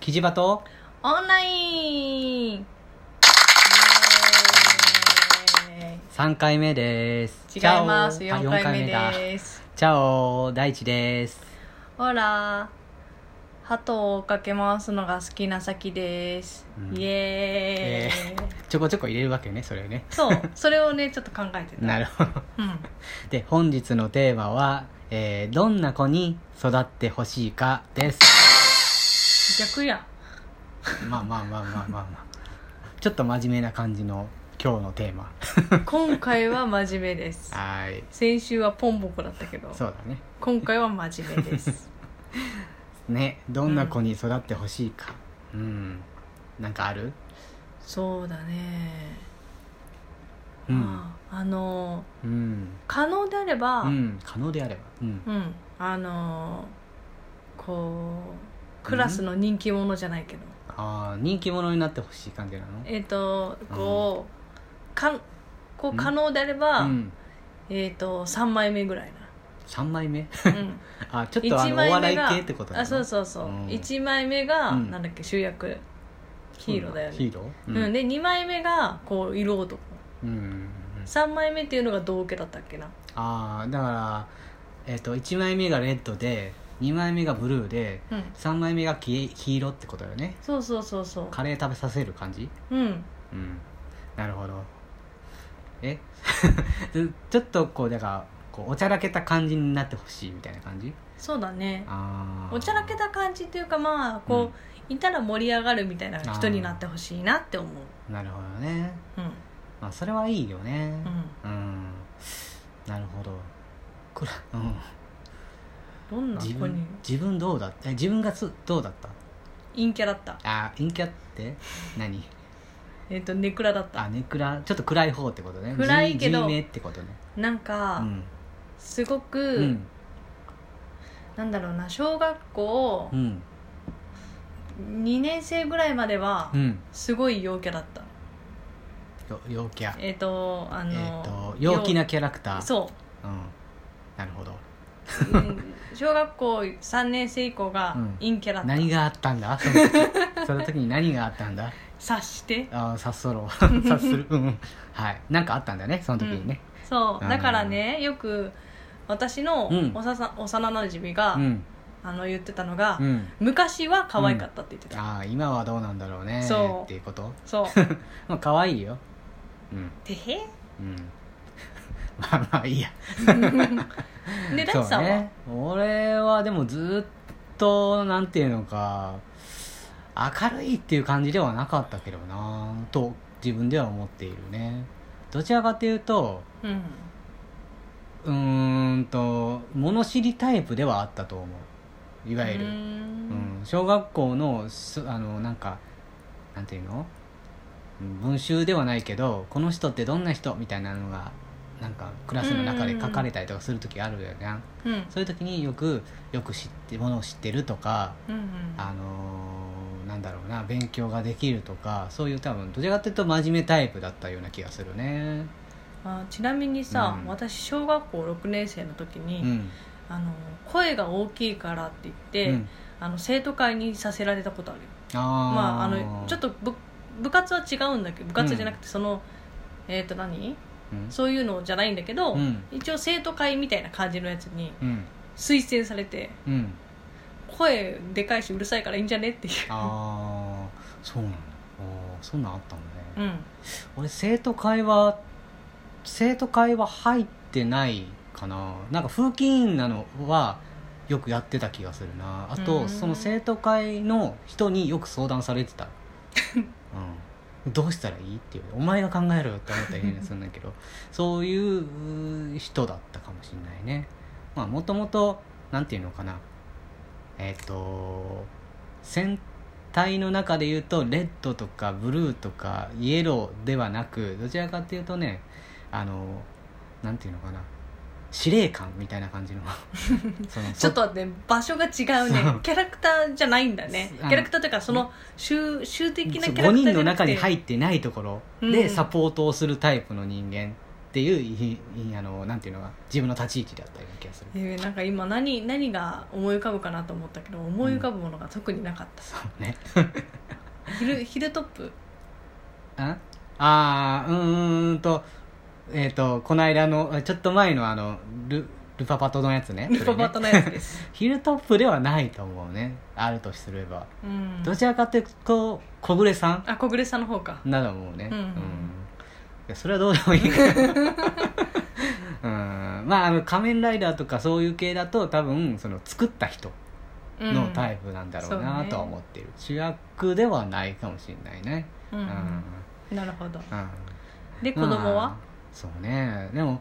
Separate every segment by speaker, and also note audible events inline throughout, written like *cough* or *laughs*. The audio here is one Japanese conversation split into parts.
Speaker 1: キジバと
Speaker 2: オンラインイエーイ
Speaker 1: 3回目です
Speaker 2: 違います
Speaker 1: チャオ
Speaker 2: 4
Speaker 1: あ
Speaker 2: 回目
Speaker 1: 四だ
Speaker 2: です
Speaker 1: チャオ大地です
Speaker 2: ほら鳩を追っかけ回すのが好きな先です、
Speaker 1: うん
Speaker 2: イエーイ、
Speaker 1: ちょこちょこ入れるわけねそれをね
Speaker 2: そうそれをねちょっと考えてた
Speaker 1: なるほど
Speaker 2: うん
Speaker 1: で本日のテーマは、えーどんな子に育ってほしいかです
Speaker 2: 逆やん
Speaker 1: まあまあまあまあまあまあちょっと真面目な感じの今日のテーマ
Speaker 2: 今回は真面目です
Speaker 1: はーい
Speaker 2: 先週はポンボコだったけど
Speaker 1: そうだね
Speaker 2: 今回は真面目です
Speaker 1: *laughs* ねどんな子に育ってほしいかうん、なんかある
Speaker 2: そうだね、
Speaker 1: うん
Speaker 2: まああの
Speaker 1: うん、
Speaker 2: 可能であれば、
Speaker 1: うん、可能であればうん
Speaker 2: うん、あのーこうクラスの人気者じゃないけど、
Speaker 1: ああ人気者になってほしい感じなの
Speaker 2: えっ、とこう,、かん
Speaker 1: う
Speaker 2: こうん可能であれば、
Speaker 1: うん
Speaker 2: えっ、と3枚目ぐらいな、
Speaker 1: 3枚目 *laughs*
Speaker 2: うん、
Speaker 1: あちょっとあのお笑い系ってことだ
Speaker 2: あそうそうそう、
Speaker 1: うん
Speaker 2: 1枚目が、
Speaker 1: うん
Speaker 2: なんだっけ主役ヒーローだよね
Speaker 1: ヒーロ
Speaker 2: う
Speaker 1: ー
Speaker 2: んで2枚目がこう色男
Speaker 1: うん、うん、
Speaker 2: 3枚目っていうのが同家だったっけな
Speaker 1: ああだからえっ、と1枚目がレッドで2枚目がブルーで
Speaker 2: うん
Speaker 1: 3枚目がき黄色ってことだよね
Speaker 2: そうそうそうそ
Speaker 1: カレー食べさせる感じ
Speaker 2: ううん
Speaker 1: うんなるほどえ *laughs* ちょっとこうだからこうおちゃらけた感じになってほしいみたいな感じ
Speaker 2: そうだね
Speaker 1: ああ
Speaker 2: おちゃらけた感じっていうかまあこう、いたら盛り上がるみたいな人になってほしいなって思う
Speaker 1: なるほどね
Speaker 2: うん
Speaker 1: まあそれはいいよね
Speaker 2: うん
Speaker 1: うん、なるほどこれ、うん、
Speaker 2: どんな
Speaker 1: 自
Speaker 2: 子に
Speaker 1: 分自分どうだったえ自分がすどうだった
Speaker 2: 陰キャだった
Speaker 1: あ陰キャって何
Speaker 2: えっ、とネクラだった
Speaker 1: あネクラちょっと暗い方ってことね
Speaker 2: 暗いけど
Speaker 1: G, G 名ってことね
Speaker 2: なん
Speaker 1: う
Speaker 2: か、
Speaker 1: ん
Speaker 2: すごく、
Speaker 1: うん
Speaker 2: なんだろうな小学校
Speaker 1: うん
Speaker 2: 2年生ぐらいまでは
Speaker 1: うん
Speaker 2: すごい陽キャだった
Speaker 1: よ陽キャえ
Speaker 2: えっ、とあ
Speaker 1: っ、
Speaker 2: の、
Speaker 1: と陽気なキャラクターう、
Speaker 2: そ
Speaker 1: *laughs* ん、なるほど
Speaker 2: う、うん小学校3年生以降が
Speaker 1: うん
Speaker 2: 陰キャだった、
Speaker 1: 何があったんだそ
Speaker 2: *laughs*
Speaker 1: の時その時に何があったんだ
Speaker 2: 察して
Speaker 1: あ察す
Speaker 2: *laughs*
Speaker 1: ろう察するうんうんはいなんかあったんだねその時にね
Speaker 2: そう
Speaker 1: うん
Speaker 2: だからねよく私の
Speaker 1: うん
Speaker 2: おささ、幼なじみが、
Speaker 1: うん、
Speaker 2: あの言ってたのが、
Speaker 1: うん
Speaker 2: 昔は可愛かったって言ってた、
Speaker 1: ああ今はどうなんだろうね
Speaker 2: そう
Speaker 1: っていうこと *laughs*
Speaker 2: そう
Speaker 1: まあ可愛いようん
Speaker 2: てへ
Speaker 1: うん *laughs* まあまあいいや
Speaker 2: で大地さんは、
Speaker 1: ね、俺はでもずっとなんていうのか明るいっていう感じではなかったけどなと自分では思っているねどちらかというと
Speaker 2: うん
Speaker 1: うーんと物知りタイプではあったと思ういわゆる、
Speaker 2: うー
Speaker 1: うん
Speaker 2: ん
Speaker 1: 小学校のすあのなんかなんていうのうん文集ではないけどこの人ってどんな人みたいなのがなんかクラスの中で書かれたりとかする時あるよね、
Speaker 2: うん
Speaker 1: そういう時によくよく知ってものを知ってるとか、
Speaker 2: うんうん
Speaker 1: あのーなんだろうな勉強ができるとかそういう多分どちらかというと真面目タイプだったような気がするね。
Speaker 2: あちなみにさ、
Speaker 1: うん
Speaker 2: 私小学校6年生の時
Speaker 1: う
Speaker 2: に、
Speaker 1: ん、
Speaker 2: あの声が大きいからって言って、
Speaker 1: うん
Speaker 2: あの生徒会にさせられたことあるよ
Speaker 1: あー
Speaker 2: まああのちょっと部部活は違うんだけど部活じゃなくてその、えっ、と何
Speaker 1: うん
Speaker 2: そういうのじゃないんだけど、
Speaker 1: うん
Speaker 2: 一応生徒会みたいな感じのやつに
Speaker 1: うん
Speaker 2: 推薦されて
Speaker 1: うん
Speaker 2: 声でかいしうるさいからいいんじゃねっていう
Speaker 1: ああそうなんだあーそんなんあったんだね、
Speaker 2: うん
Speaker 1: 俺生徒会は生徒会は入ってないかななんか風紀委員なのはよくやってた気がするなあ
Speaker 2: う
Speaker 1: と
Speaker 2: ん
Speaker 1: その生徒会の人によく相談され
Speaker 2: *laughs*
Speaker 1: てた、うん、どうしたらいいっていうお前が考えろよって思ったりねするんだけどそういうう人だったかもしれないねまあもともとなんていうのかなえっ、と戦体の中で言うとレッドとかブルーとかイエローではなくどちらかっていうとねあのなんていうのかな司令官みたいな感じの
Speaker 2: *laughs*
Speaker 1: その
Speaker 2: ちょっと待って場所が違うね
Speaker 1: そう
Speaker 2: キャラクターじゃないんだね
Speaker 1: あの
Speaker 2: キャラクターというかその集集的なキャラクター
Speaker 1: 5人の中に
Speaker 2: っ
Speaker 1: 入ってないところ
Speaker 2: うんう
Speaker 1: で
Speaker 2: ん
Speaker 1: サポートをするタイプの人間っていういいあのなんていうのが自分の立ち位置だったような気がする
Speaker 2: えーなんか今何何が思い浮かぶかなと思ったけど思い浮かぶものが特になかった、
Speaker 1: そうね
Speaker 2: ヒルヒルトップ
Speaker 1: ああーうーんとえっ、とこの間のちょっと前のあのルルパパトのやつね
Speaker 2: ルパパ
Speaker 1: そ
Speaker 2: ト
Speaker 1: れね
Speaker 2: のやつです、
Speaker 1: ヒルトップではないと思うねあるとすれば、
Speaker 2: うん、
Speaker 1: どちらかというと小暮さん
Speaker 2: あ小暮さんの方か
Speaker 1: などもね、
Speaker 2: うん
Speaker 1: いやそれはどうでもいい *laughs* からうんまああの仮面ライダーとかそういう系だと多分その作った人のタイプなんだろう
Speaker 2: そう
Speaker 1: な
Speaker 2: ね
Speaker 1: とは思ってる、主役ではないかもしれないね
Speaker 2: プ、うん
Speaker 1: う
Speaker 2: うんんなるほど
Speaker 1: うん
Speaker 2: で子供
Speaker 1: まあ
Speaker 2: は、
Speaker 1: そうねでも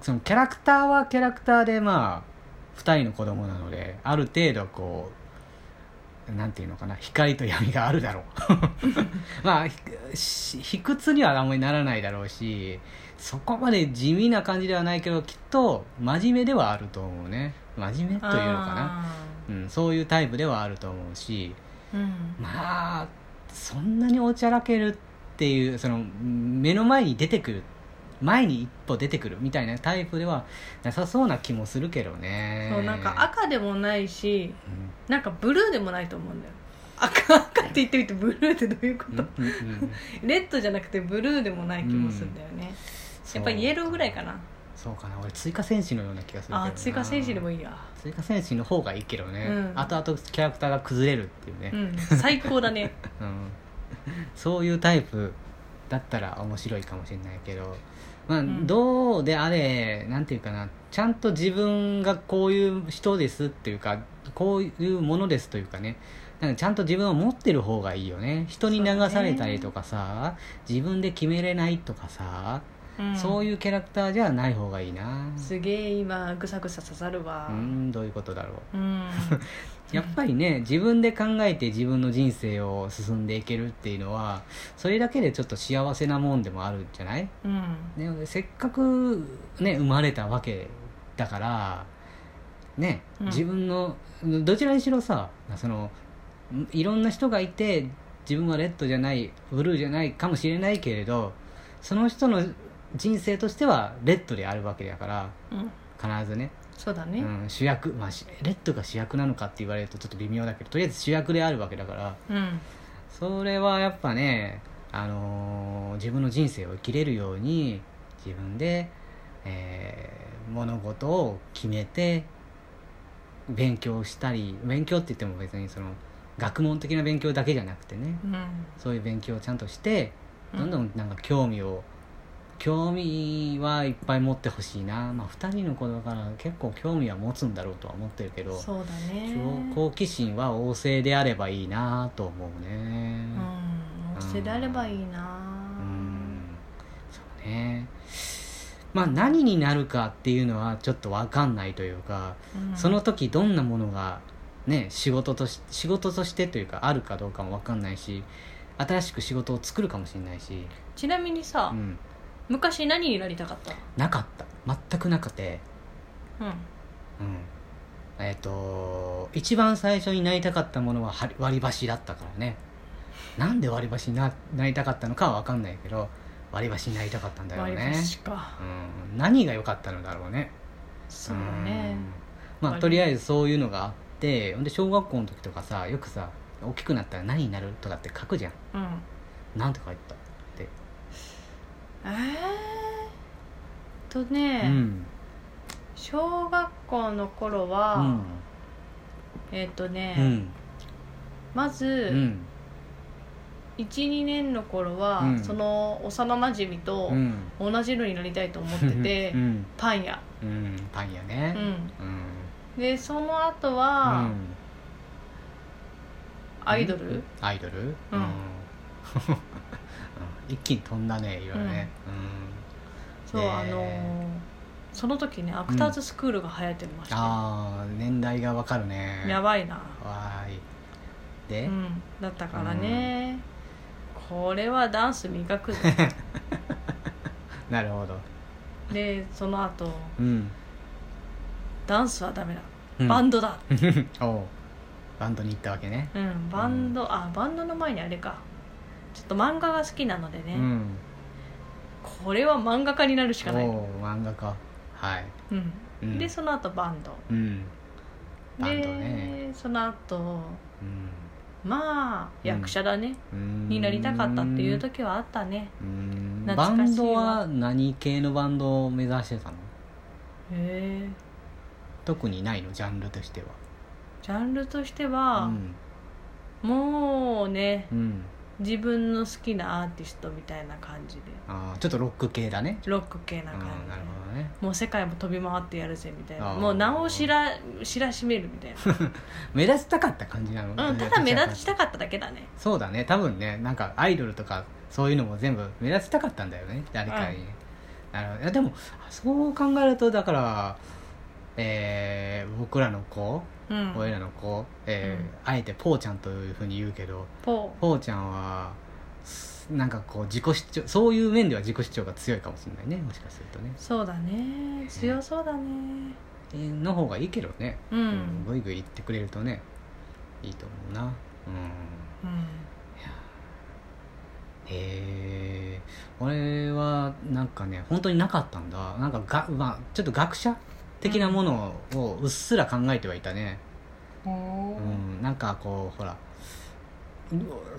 Speaker 1: そのキャラクターはキャラクターでまあ2人の子供なのである程度こうなんていうのかな光と闇があるだろう
Speaker 2: *laughs*
Speaker 1: まあひし卑屈にはあんまりならないだろうしそこまで地味な感じではないけどきっと真面目ではあると思うね真面目というのかな、
Speaker 2: あ
Speaker 1: うん、そういうタイプではあると思うし
Speaker 2: ーうん
Speaker 1: まあそんなにおちゃらけるっていうその目の前に出てくる前に一歩出てくるみたいなタイプではなさそうな気もするけどね
Speaker 2: そうなんか赤でもないし
Speaker 1: う
Speaker 2: なんかブルーでもないと思うんだよ赤赤って言ってみてブルーってどういうこ
Speaker 1: ん
Speaker 2: と
Speaker 1: うんうんうん
Speaker 2: レッドじゃなくてブルーでもない気もするんだよね、やっぱりイエローぐらいかな
Speaker 1: そうかな俺追加戦士のような気がするけどな
Speaker 2: あー追加戦士でもいいや
Speaker 1: 追加戦士の方がいいけどね、
Speaker 2: うん
Speaker 1: 後々キャラクターが崩れるっていうね
Speaker 2: う、ん最高
Speaker 1: *laughs*
Speaker 2: だね
Speaker 1: うん、そういうタイプだったら面白いかもしれないけど、まあ
Speaker 2: ん
Speaker 1: どうであれなんていうかなちゃんと自分がこういう人ですっていうかこういうものですというかねなんかちゃんと自分を持ってる方がいいよね人に流されたりとかさ、自分で決めれないとかさ、そう
Speaker 2: い
Speaker 1: いうキャラクターじゃない方がいいな
Speaker 2: うんすげえ今ぐさぐさ刺さるわ
Speaker 1: う
Speaker 2: うん、
Speaker 1: んどういうことだろうやっぱりね自分で考えて自分の人生を進んでいけるっていうのはそれだけでちょっと幸せなもんでもあるんじゃない、
Speaker 2: うん
Speaker 1: ね、せっかくね生まれたわけだからね
Speaker 2: うん
Speaker 1: 自分の、どちらにしろさそのいろんな人がいて自分はレッドじゃないブルーじゃないかもしれないけれどその人の人生としてはレッドであるわけだから
Speaker 2: うん
Speaker 1: 必ずね
Speaker 2: そうだね、
Speaker 1: うん、主役、まあ、しレッドが主役なのかって言われるとちょっと微妙だけどとりあえず主役であるわけだから
Speaker 2: うん、
Speaker 1: それはやっぱね、あのー自分の人生を生きれるように自分で、えー物事を決めて勉強したり勉強って言っても別にその学問的な勉強だけじゃなくてね
Speaker 2: うん、
Speaker 1: そういう勉強をちゃんとして
Speaker 2: うん
Speaker 1: どんどんなんか興味を興味はいっぱい持ってほしいな、まあ、2人の子だから結構興味は持つんだろうとは思ってるけど
Speaker 2: そうだね
Speaker 1: 好奇心は旺盛であればいいなと思うね
Speaker 2: うん、捨てらればいいな
Speaker 1: うん、そうねまあ何になるかっていうのはちょっと分かんないというか、
Speaker 2: うん
Speaker 1: その時どんなものが、ね、仕事とし仕事としてというかあるかどうかも分かんないし新しく仕事を作るかもしれないし、
Speaker 2: ちなみにさ、
Speaker 1: うん、
Speaker 2: 昔何になりたかった
Speaker 1: なかった全くなくて、
Speaker 2: うん
Speaker 1: うん、えっ、と一番最初になりたかったものははり割り箸だったからねなんで割り箸にななりたかったのかは分かんないけど割り箸になりたかったんだよ
Speaker 2: 割り
Speaker 1: ね、
Speaker 2: 箸か
Speaker 1: うん、何が良かったのだろうね
Speaker 2: そうだね
Speaker 1: うんまあ
Speaker 2: 割り
Speaker 1: とりあえずそういうのがあってほんで小学校の時とかさよくさ大きくなったら何になるとかって書くじゃん
Speaker 2: うん
Speaker 1: なんて書いてた、
Speaker 2: えー、とね、
Speaker 1: うん
Speaker 2: 小学校の頃
Speaker 1: う
Speaker 2: は、
Speaker 1: ん
Speaker 2: えっ、とね、
Speaker 1: うん
Speaker 2: まず、
Speaker 1: うん
Speaker 2: 12年の頃は、
Speaker 1: うん
Speaker 2: その幼なじみと
Speaker 1: うん
Speaker 2: 同じのになりたいと思ってて、
Speaker 1: うん
Speaker 2: パン屋、
Speaker 1: うんパン屋ね
Speaker 2: うん、
Speaker 1: うん
Speaker 2: でその後は、
Speaker 1: うん
Speaker 2: アイドル、
Speaker 1: アイドルうん、
Speaker 2: うん
Speaker 1: 一気に飛んだねいろいろね、うん
Speaker 2: そう、
Speaker 1: ねえ
Speaker 2: あのーその時ねアクターズスクールが流行ってました、
Speaker 1: ああ年代がわかるね
Speaker 2: やばいな、
Speaker 1: わーい
Speaker 2: う
Speaker 1: で、
Speaker 2: ん、だったからね、これはダンス磨くぞ
Speaker 1: なるほど
Speaker 2: でその後
Speaker 1: うん、
Speaker 2: ダンスはダメだ
Speaker 1: うん、
Speaker 2: バンドだ、
Speaker 1: ド *laughs* おうバンドに行ったわけね
Speaker 2: うんバンドあバンドの前にあれかちょっと漫画が好きなのでね、
Speaker 1: うん
Speaker 2: これは漫画家になるしかない、
Speaker 1: おー漫画家はい、
Speaker 2: うん
Speaker 1: うん、
Speaker 2: でその後バンド
Speaker 1: うんバンドね
Speaker 2: でその後
Speaker 1: うん
Speaker 2: まあ
Speaker 1: うん
Speaker 2: 役者だね、
Speaker 1: うーん
Speaker 2: になりたかったっていう時はあったね
Speaker 1: うーんバ
Speaker 2: 懐かし
Speaker 1: ン
Speaker 2: いわ
Speaker 1: ドは何系のバンドを目指してたの
Speaker 2: へえ
Speaker 1: 特にないのジャンルとしては
Speaker 2: ジャンルとしては、
Speaker 1: うん
Speaker 2: もうね
Speaker 1: うん、
Speaker 2: 自分の好きなアーティストみたいな感じで
Speaker 1: あーちょっとロック系だね
Speaker 2: ロック系な
Speaker 1: あー
Speaker 2: 感
Speaker 1: なる
Speaker 2: じ
Speaker 1: ほどね
Speaker 2: もう世界も飛び回ってやるぜみたいな
Speaker 1: あー
Speaker 2: もう名を知ら知らしめるみたい
Speaker 1: 目立ちたかった感じなの、 *laughs*
Speaker 2: な、うん、ただ目立ちたかっただけだね
Speaker 1: そうだね多分ねなんかアイドルとかそういうのも全部目立ちたかったんだよね誰かに、なるほどいやでもそう考えるとだからえー僕らの子、
Speaker 2: うん
Speaker 1: 俺らの子、えー
Speaker 2: うん
Speaker 1: あえてポーちゃんというふうに言うけど
Speaker 2: ポ
Speaker 1: ポーちゃんはすなんかこう自己主張そういう面では自己主張が強いかもしれないねもしかするとね
Speaker 2: ーそうだね強そうだね
Speaker 1: えーの方がいいけどね、
Speaker 2: うん、
Speaker 1: うぐいぐい言ってくれるとねいいと思うなうん
Speaker 2: うん、
Speaker 1: へえ俺はなんかね本当になかったんだなんかが、まあ、ちょっと学者的なものをうっすら考えてはいたね、
Speaker 2: お
Speaker 1: う
Speaker 2: ー
Speaker 1: ん、なんかこうほら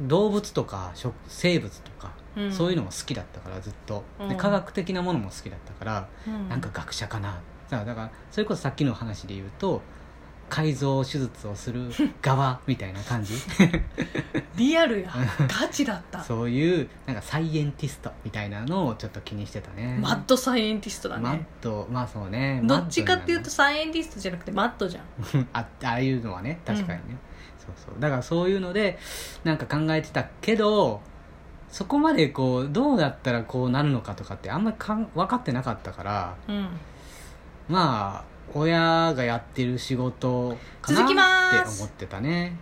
Speaker 1: 動物とか植生物とか、
Speaker 2: うん
Speaker 1: そういうのも好きだったからずっと
Speaker 2: う
Speaker 1: で
Speaker 2: ん
Speaker 1: 科学的なものも好きだったから、
Speaker 2: うん
Speaker 1: なんか学者かなさあだからそれこそさっきの話で言うと改造手術をす
Speaker 2: *laughs*
Speaker 1: る側みたいな感じ
Speaker 2: リアルやガチだった
Speaker 1: そういうなんかサイエンティストみたいなのをちょっと気にしてたね
Speaker 2: マッドサイエンティストだ
Speaker 1: マッ
Speaker 2: ね
Speaker 1: トまあそうね
Speaker 2: どっちかっていうと
Speaker 1: マッ
Speaker 2: サイエンティストじゃなくてマッドじゃん
Speaker 1: トになる *laughs* あああいうのはね確かにね、そうそうだからそういうのでなんか考えてたけどそこまでこうどうやったらこうなるのかとかってあんまりかん分かってなかったから
Speaker 2: うん
Speaker 1: まあ親がやってる仕事かな
Speaker 2: 続きま
Speaker 1: っ
Speaker 2: ー
Speaker 1: て
Speaker 2: す
Speaker 1: 思ってたね